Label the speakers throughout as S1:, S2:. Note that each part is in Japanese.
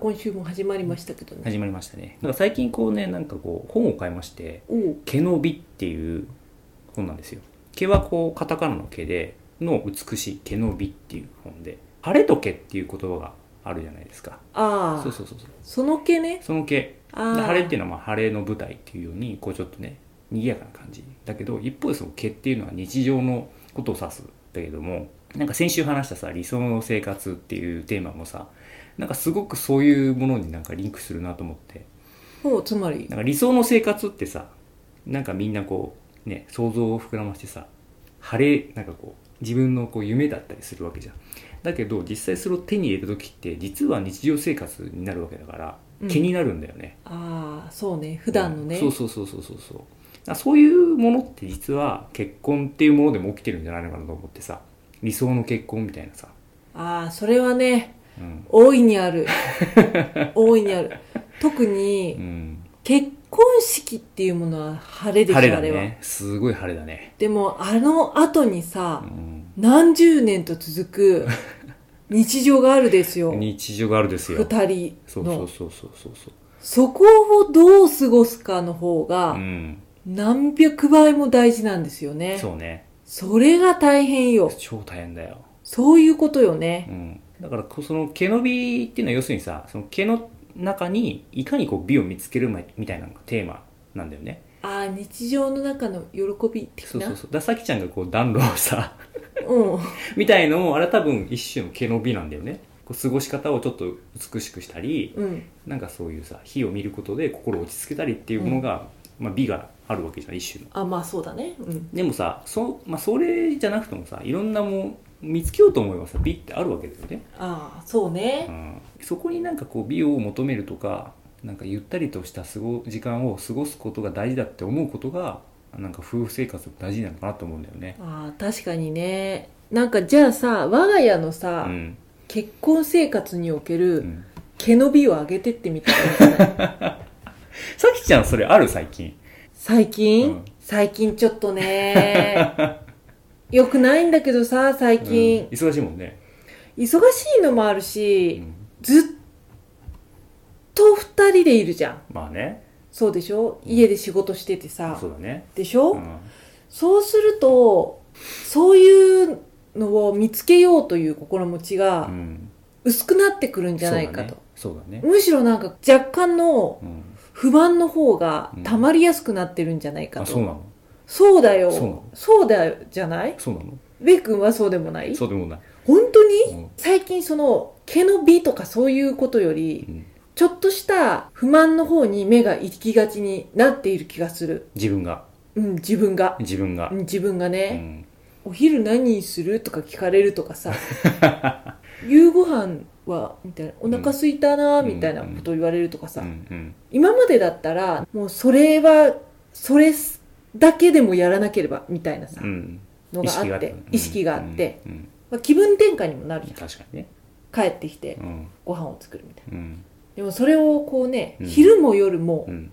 S1: 今週も始まりましたけどね。
S2: 始まりましたねなんか最近こうねなんかこう本を買いまして
S1: おう
S2: 「毛の美」っていう本なんですよ毛はこうカタカナの毛での美しい毛の美っていう本で「晴れと毛」っていう言葉があるじゃないですか
S1: ああ
S2: そう
S1: そ
S2: そうそうそう
S1: の毛ね。
S2: その毛
S1: あ
S2: で
S1: あ
S2: 晴れっていうのはまあ晴れの舞台っていうようにこうちょっとね賑やかな感じだけど一方でその毛っていうのは日常のことを指すんだけどもなんか先週話したさ理想の生活っていうテーマもさなんかすごくそういうものになんかリンクするなと思って
S1: もうつまり
S2: なんか理想の生活ってさなんかみんなこうね想像を膨らましてさ晴れなんかこう自分のこう夢だったりするわけじゃんだけど実際それを手に入れた時って実は日常生活になるわけだから
S1: うん
S2: 毛になるんだよね、
S1: ああそうね普段のね。
S2: そうそうそうそうそうそうあそういうものって実は結婚っていうものでも起きてるんじゃないのかなと思ってさ理想の結婚みたいなさ、
S1: ああそれはね
S2: うん
S1: 大いにあ る大いにある。特
S2: う
S1: に
S2: ん、
S1: 結婚式っていうものは晴れでしょ、
S2: 晴れだ
S1: あれは。
S2: ねすごい晴れだね、
S1: でもあの後にさ
S2: う、ん、
S1: 何十年と 続く日常があるですよ。
S2: 日常があるですよ
S1: 二人
S2: そうそ
S1: の
S2: うそうそうそうそう
S1: そこをどう過ごすかの方が、
S2: うん
S1: 何百倍も大事なんですよね。
S2: そうね
S1: それが大変よ。
S2: 超大変だよ、
S1: そういうことよ
S2: う
S1: ね。
S2: ん、だからこその毛の美っていうのは要するにさその毛の中にいかにこう美を見つけるまみたいなのがテーマなんだよね
S1: ああ、日常の中の喜び的
S2: そう
S1: な。
S2: そうそうだからさきちゃんがこう暖炉をさ
S1: うん。
S2: みたいのもあれは多分一種の毛の美なんだよねこう過ごし方をちょっと美しくしたり
S1: うん。
S2: なんかそういうさ火を見ることで心を落ち着けたりっていうものが、まあ、美があるわけじゃん一種の
S1: あ、まあそうだね。うん。
S2: でもさそ,、まあ、それじゃなくてもさいろんなもん見つけようと思えばさ美ってあるわけだよね、
S1: ああ、そう
S2: う
S1: ね。
S2: ん、そこになんかこう美を求めるとかなんかゆったりとした過ご時間を過ごすことが大事だって思うことがなんか夫婦生活も大事なのかなと思うんだよね
S1: ああ、確かにね。なんかじゃあさ、我が家の
S2: う
S1: さ、
S2: ん、
S1: 結婚生活におけ
S2: う
S1: る
S2: ん、
S1: 毛の美を上げてって みたらいいんじゃない
S2: さきちゃんそれある最近
S1: 最近、
S2: うん
S1: 最近ちょっとね。 よくないんだけどさ、最近。
S2: うん忙しいもんね、
S1: 忙しいのもあるし、
S2: うん
S1: ずっと二人でいるじゃん
S2: まあね
S1: そうでしょ家で仕事しててさ
S2: そうだね、
S1: でしょ、
S2: うん
S1: そうするとそういうのを見つけようという心持ちが
S2: ん、
S1: 薄くなってくるんじゃないかと、
S2: そうだねそうだね、
S1: むしろなんか若干の
S2: うん、
S1: 不満の方が
S2: うん
S1: 溜まりやすくなってるんじゃないか
S2: あ
S1: と、
S2: そうなの
S1: そうだよ
S2: そうなの
S1: そうだよじゃない
S2: そうなの
S1: ベイ君はそうでもない
S2: そうでもない、
S1: 本当に
S2: うん
S1: 最近その毛の美とかそういうことより
S2: うん
S1: ちょっとした不満の方に目が行きがちになっている気がする。
S2: 自分が
S1: うん、自分が。
S2: 自分が
S1: うん、自分が
S2: う
S1: ね、
S2: ん、
S1: お昼何するとか聞かれるとか さ、夕ご飯は、みたいな、お腹空いたな、
S2: うん
S1: みたいなこと言われるとか
S2: う
S1: さ、
S2: んうん
S1: 今までだったら、もうそれは、それだけでもやらなければ、みたいなさ
S2: う、ん、
S1: のがあって、意識があって、、
S2: うんうん
S1: まあ、気分転換にもなる
S2: うん
S1: じゃん。
S2: 確かにね、
S1: 帰ってきて
S2: う、ん
S1: ご飯を作るみたいな。
S2: うん
S1: でもそれをこうね、
S2: うん
S1: 昼も夜も
S2: う、ん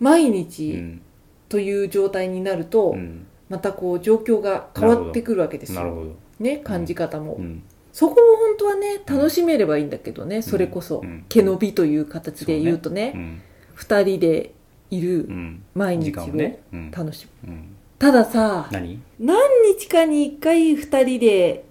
S1: 毎
S2: う
S1: 日、
S2: ん
S1: という状態になると、
S2: うん、
S1: またこう状況が変わってくるわけです
S2: なる
S1: よ、
S2: ほど、
S1: ね、感じ方も、
S2: うん、
S1: そこも本当はね楽しめればいいんだけどね、それこそ、
S2: うん
S1: 毛の美という形で言うと
S2: う
S1: ね
S2: ん
S1: 二2人でいる
S2: うん、
S1: 毎
S2: 時
S1: 日
S2: 間
S1: を
S2: をね、うん
S1: 楽しむ、
S2: うん、
S1: たださ
S2: 何、
S1: 何日かに1回2人で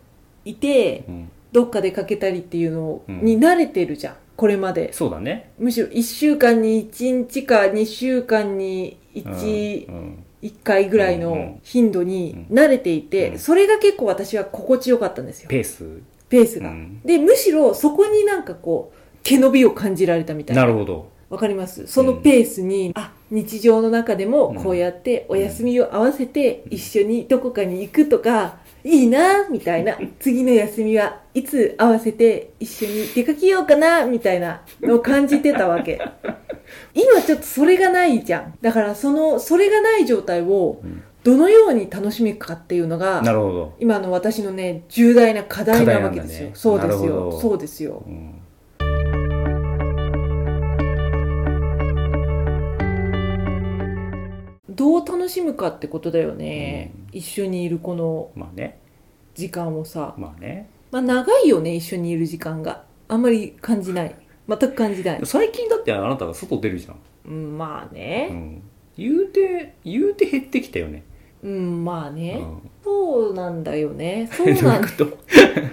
S1: いて
S2: うん、
S1: どっか出かけたりっていうの
S2: うん
S1: に慣れてるじゃんこれまで
S2: そうだね、
S1: むしろ1週間に1日か2週間に
S2: うん
S1: 1、
S2: うん
S1: 1回ぐらい
S2: うんう
S1: の
S2: ん
S1: 頻度に慣れていて、
S2: うん
S1: それが結構私は心地よかったんですよ
S2: ペース
S1: ペースが、
S2: うん
S1: でむしろそこになんかこう毛伸びを感じられたみたい
S2: な
S1: な
S2: るほど
S1: わかりますそのペースに、あ日常の中でも
S2: うん
S1: こうやってお休みを合わせて一緒にどこかに行くとか、いいなみたい な次の休みはいつ合わせて一緒に出かけようかなみたいなのを感じてたわけ今ちょっとそれがないじゃんだからそのそれがない状態を
S2: うん
S1: どのように楽しむかっていうの
S2: な
S1: が
S2: るほど
S1: 今の私のね重大な課題なわけですよ、そ
S2: 課
S1: う
S2: 題
S1: で
S2: なんだね
S1: す
S2: なるほ
S1: よ
S2: ど
S1: そうですよ
S2: うん
S1: どう楽しむかってことだよね、一緒にいるこの
S2: まあね
S1: 時間をさ
S2: まあね
S1: まあ長いよね一緒にいる時間があんまり感じない全く感じない、
S2: 最近だってあなたが外出るじゃ
S1: うん、まあ
S2: ん、う
S1: ね
S2: ん、言うて言うて減ってきたよね
S1: うんまあね、
S2: うん
S1: そうなんだよ ねそう
S2: どうい
S1: な
S2: うんこと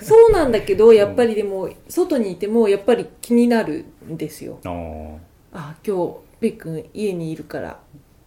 S1: そうなんだけどやっぱりでも外にいてもやっぱり気になるんですよ
S2: あー
S1: あ今日べっくん家にいるから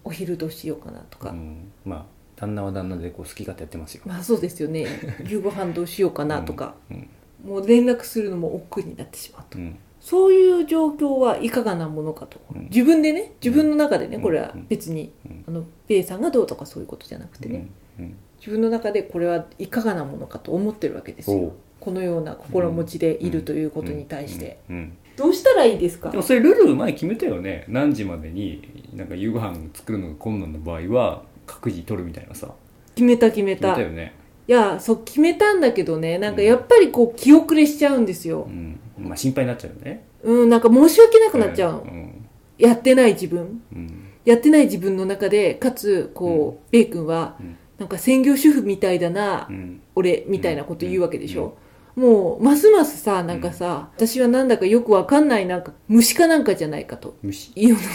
S1: お昼どうしようかなとか、
S2: うん、まあ旦那は旦那でこう好き勝手やってますよ、
S1: まあそうですよ ね夕ご飯どうしようかなとか、
S2: うん
S1: もう連絡するのも億劫になってしまうと
S2: うん、
S1: そういう状況はいかがなものかと、
S2: うん
S1: 自分でね自分の中でね、
S2: うん
S1: これは別に、
S2: うん
S1: あのベイさんがどうとかそういうことじゃなくてね、
S2: うんうん
S1: 自分の中でこれはいかがなものかと思ってるわけです
S2: お
S1: よ
S2: う
S1: このような心持ちでいるということに対して、
S2: うんうん
S1: どうしたらいいですか
S2: でもそれルール前決めたよね何時までになんか夕ご飯作るのが困難な場合は各自取るみたいなさ
S1: 決めた決め
S2: 決め
S1: た
S2: たよね、
S1: いやそう決めたんだけどねなんかやっぱりこう気遅れしちゃうんです
S2: う
S1: よ
S2: ん、まあ心配になっちゃうよね
S1: うんなんか申し訳なくなっちゃうの、
S2: ん
S1: やってない自分
S2: うん
S1: やってない自分の中でかつこう、ベイ君は
S2: うん
S1: なんか専業主婦みたいだな、
S2: うん
S1: 俺みたいなこと言うわけでしょ、もうますますさなんかさ、私はなんだかよくわかんないなんか虫かなんかじゃないかと
S2: 虫
S1: 世の 中で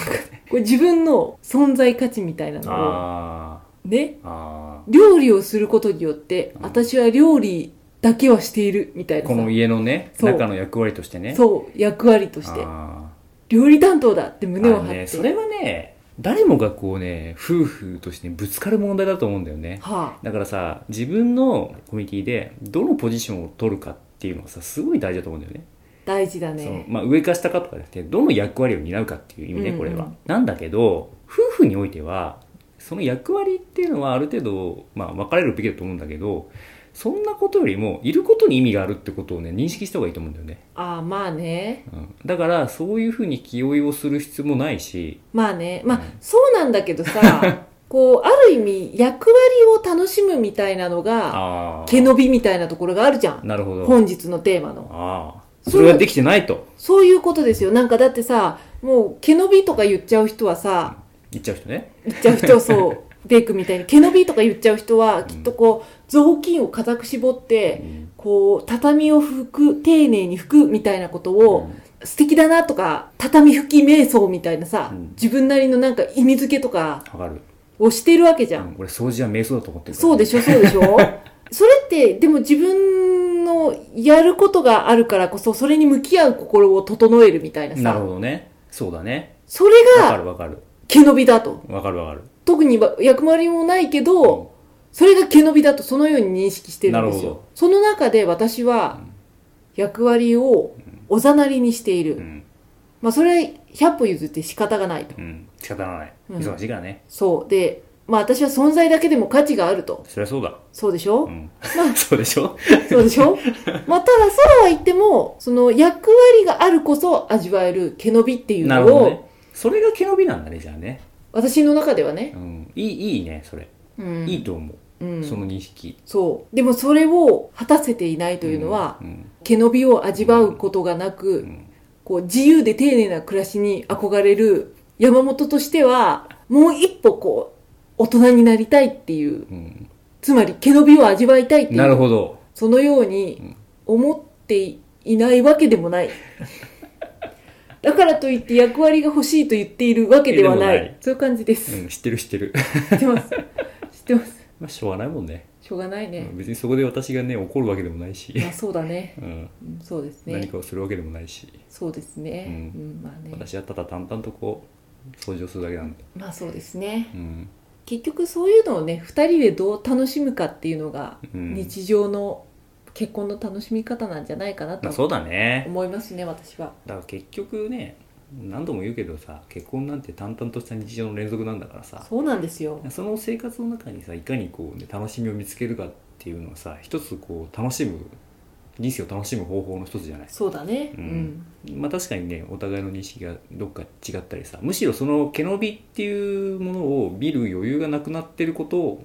S1: これ自分の存在価値みたいなのを
S2: あ
S1: ね
S2: ーあ
S1: 料理をすることによって、
S2: うん
S1: 私は料理だけはしているみたい
S2: ー
S1: な
S2: この
S1: さ
S2: 家のね
S1: そう
S2: 中の役割としてねう
S1: そう役割として
S2: あ
S1: 料理担当だって
S2: ー
S1: 胸を張
S2: あ
S1: っ
S2: の
S1: て、
S2: ねそれはね誰もがこうね夫婦としてぶつかる問題だと思うんだよね
S1: はあ
S2: だからさ自分のコミュニティでどのポジションを取るかっていうのはさすごい大事だと思うんだよね
S1: 大事だね
S2: そのまあ、上か下かとかじゃなくてどの役割を担うかっていう意味
S1: うんう
S2: ね
S1: ん
S2: これは、なんだけど夫婦においてはその役割っていうのはある程度、まあ、分かれるべきだと思うんだけどそんなことよりもいることに意味があるってことをね認識した方がいいと思うんだよね、
S1: ああまあね
S2: うん、だからそういうふうに気負いをする必要もないし
S1: まあねまあ、
S2: うん
S1: そうなんだけど さこうある意味役割を楽しむみたいなのが
S2: あ
S1: 毛伸びみたいなところがあるじゃん
S2: なるほど
S1: 本日のテーマの
S2: ああそれができてないと
S1: そういうことですよなんかだってさもう毛伸びとか言っちゃう人はさ
S2: 言っちゃう人ね
S1: 言っちゃう人 そうベイクみたいに毛伸びとか言っちゃう人はきっとこう雑巾を固く絞って、
S2: うん
S1: こう畳を拭く丁寧に拭くみたいなことを、
S2: うん
S1: 素敵だなとか畳拭き瞑想みたいなさ、
S2: うん
S1: 自分なりのなんか意味付けとか
S2: わかる、
S1: をしてるわけじゃ、
S2: うんん、俺掃除は瞑想だと思ってるから
S1: そうでしょそうでし ょそれってでも自分のやることがあるからこそそれに向き合う心を整えるみたいな
S2: なる
S1: さ
S2: ほどねそうだね
S1: それ
S2: わか
S1: が
S2: るわかる
S1: 毛伸びだと
S2: わかるわかる
S1: 特には役割もないけど、
S2: うん
S1: それが毛伸びだとそのように認識してるんで
S2: な
S1: す
S2: るほ
S1: よ
S2: ど
S1: その中で私は
S2: うん
S1: 役割をおざなりにしている、
S2: うん
S1: まあそれは100歩譲って仕方がないと
S2: うん仕方がない
S1: うん
S2: 忙しいからね、
S1: そうでまあ私は存在だけでも価値があると
S2: そりゃそうだ
S1: そうでしょ、
S2: うん
S1: ま
S2: そうでしょ
S1: あそうでし ょまあただそうは言ってもその役割があるこそ味わえる毛伸びっていう
S2: な
S1: の
S2: るほ
S1: を、
S2: どねそれが毛伸びなんだねじゃあね、
S1: 私の中ではね、
S2: うん、いいいいねそれ、
S1: うん
S2: いいと思う、
S1: うん、
S2: その認識
S1: そうでもそれを果たせていないというのは、
S2: うん
S1: 毛伸びを味わうことがなく、
S2: うん
S1: こう自由で丁寧な暮らしに憧れる山本としてはもう一歩こう大人になりたいっていう
S2: うん
S1: つまり毛伸びを味わいたいって
S2: ないる
S1: う
S2: ほど
S1: そのように思っていないわけでもないだからといって役割が欲しいと言っているわけではない
S2: でもない
S1: そういう感じです、
S2: うん、知ってる知ってる
S1: 知ってます知ってます
S2: まあしょうがないもんね
S1: しょうがないね
S2: う、ん別にそこで私がね怒るわけでもないし、
S1: まあそうだね
S2: うん、
S1: うんそうです
S2: 何
S1: ね
S2: かをするわけでもないし
S1: そうですね、う
S2: うん
S1: んまあね
S2: 私はただ淡々とこう掃除をするだけなんで、
S1: まあそうですね
S2: うん
S1: 結局そういうのをね2人でどう楽しむかっていうのが
S2: うん
S1: 日常の結婚の楽しみ方なんじゃないかな
S2: まあ、そ
S1: と
S2: うだね
S1: 思いますね私は
S2: だから結局ね何度も言うけどさ結婚なんて淡々とした日常の連続なんだからさ
S1: そうなんですよ
S2: その生活の中にさいかにこう、ね、楽しみを見つけるかっていうのはさ一つこう楽しむ人生を楽しむ方法の一つじゃない、
S1: そうだねう
S2: うんん、まあ、確かにねお互いの認識がどっか違ったりさむしろその毛伸びっていうものを見る余裕がなくなってること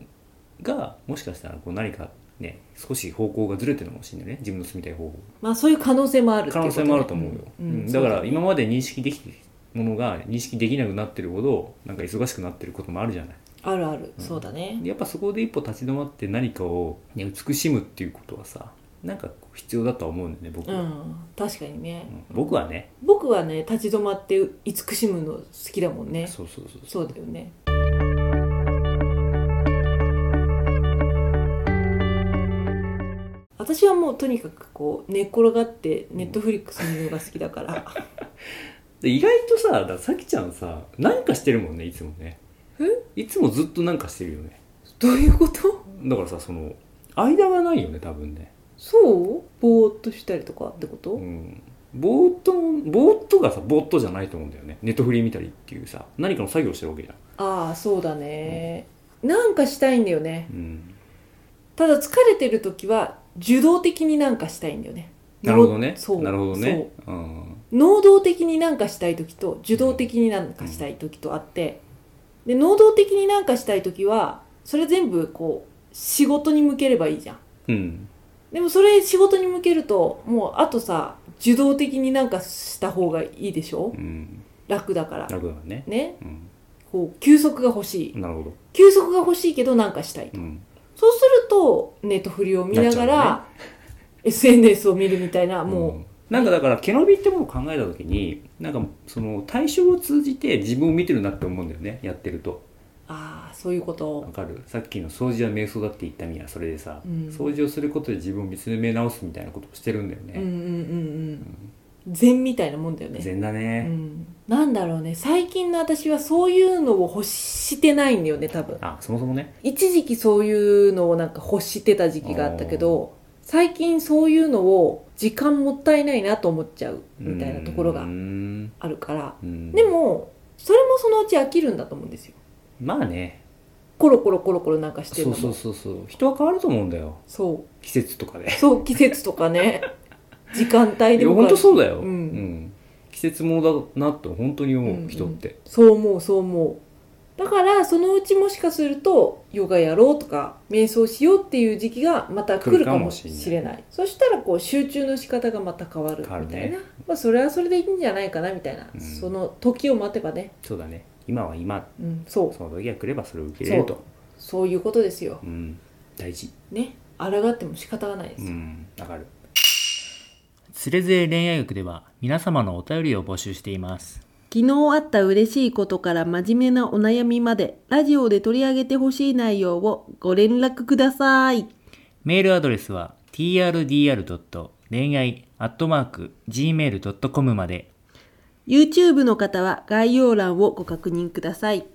S2: がもしかしたらこう何かね少し方向がずれてるのかもしれないね自分の住みたい方向
S1: まあそういう可能性もあるって
S2: 可
S1: いうこ
S2: 能
S1: と
S2: 性
S1: ね
S2: もあると思うよ、
S1: う
S2: うんん
S1: うん
S2: だか
S1: そう
S2: ら今まで認識できてたものが認識できなくなってるほどなんか忙しくなってることもあるじゃない
S1: あるある
S2: うん
S1: そうだね
S2: でやっぱそこで一歩立ち止まって何かを、ね、美しむっていうことはさなんか必要だとは思うんだよね僕
S1: う
S2: は、
S1: ん確かにね
S2: うん僕はね
S1: 僕はね立ち止まって慈しむの好きだもんね
S2: そうそうそうそう
S1: そうだよね私はもうとにかくこう寝っ転がってネットフリックス見るのが好きだから
S2: で意外とさだからさきちゃんさなんかしてるもんねいつもねいつもずっとなんかしてるよね
S1: どういうこと
S2: だからさその間がないよね多分ね
S1: そうぼーっとしたりとかってこと、
S2: うんぼーっとぼーっとがさぼーっとじゃないと思うんだよねネットフリー見たりっていうさ何かの作業してるわけじゃん、
S1: ああそうだね、なんかしたいんだよね
S2: うん、
S1: ただ疲れてる時は受動的になんかしたいんだよね
S2: なるほどね
S1: そう
S2: なるほどねうん
S1: そう能動的になんかしたい時と受動的になんかしたい時とあって、で能動的になんかしたい時はそれ全部こう仕事に向ければいいじゃん
S2: うん
S1: でもそれ仕事に向けるともうあとさ受動的になんかした方がいいでしょ
S2: うん
S1: 楽だから
S2: 楽だね
S1: ね
S2: うん
S1: こう休息が欲しい
S2: なるほど
S1: 休息が欲しいけどなんかしたい
S2: うん
S1: そうするとネットフリを見なが
S2: なっち
S1: ら SNS を見るみたいなも
S2: んなんかだから毛伸びってものを考えた時になんかその対象を通じて自分を見てるなって思うんだよねやってると
S1: うああそういうこと
S2: わかるさっきの掃除は瞑想だって言ったみたいなそれでさ、
S1: うん
S2: 掃除をすることで自分を見つめ直すみたいなことをしてるんだよ
S1: うんうん
S2: ね、
S1: うんうん禅みたいなもんだよね
S2: 全だ
S1: う
S2: ね、
S1: ん、なんだろうね最近の私はそういうのを欲してないんだよね多分
S2: あそもそもね
S1: 一時期そういうのをなんか欲してた時期があったけど最近そういうのを時間もったいないなと思っちゃうみたいなところ
S2: う
S1: が
S2: ん
S1: あるから
S2: うん
S1: でもそれもそのうち飽きるんだと思うんですよ
S2: まあね
S1: コロコロコロコロなんかしてる
S2: そ
S1: のも
S2: うそうそうそう人は変わると思うんだよ
S1: そう
S2: 季節とかで
S1: そう季節とかね時間帯
S2: い
S1: で
S2: や
S1: も
S2: 本当そうだよ、
S1: うん
S2: 季節ものだなと本当に思う、
S1: うんうん
S2: 人って
S1: そう思うそう思うだからそのうちもしかするとヨガやろうとか瞑想しようっていう時期がまた来るかもしれない
S2: 来る
S1: そしたらこう集中の仕方がまた変わるみたいな、
S2: 変わるね
S1: まあ、それはそれでいいんじゃないかなみたいな、
S2: うん
S1: その時を待てばね、
S2: そうだね今は今
S1: うん、そう
S2: その時が来ればそれを受け入れると
S1: そういうことですよ
S2: うん大事
S1: ね抗っても仕方がないですよ、
S2: んわかるつれづれ恋愛学では皆様のお便りを募集しています
S1: 昨日あった嬉しいことから真面目なお悩みまでラジオで取り上げてほしい内容をご連絡ください
S2: メールアドレスは trdr. 恋愛 .gmail.com まで
S1: YouTube の方は概要欄をご確認ください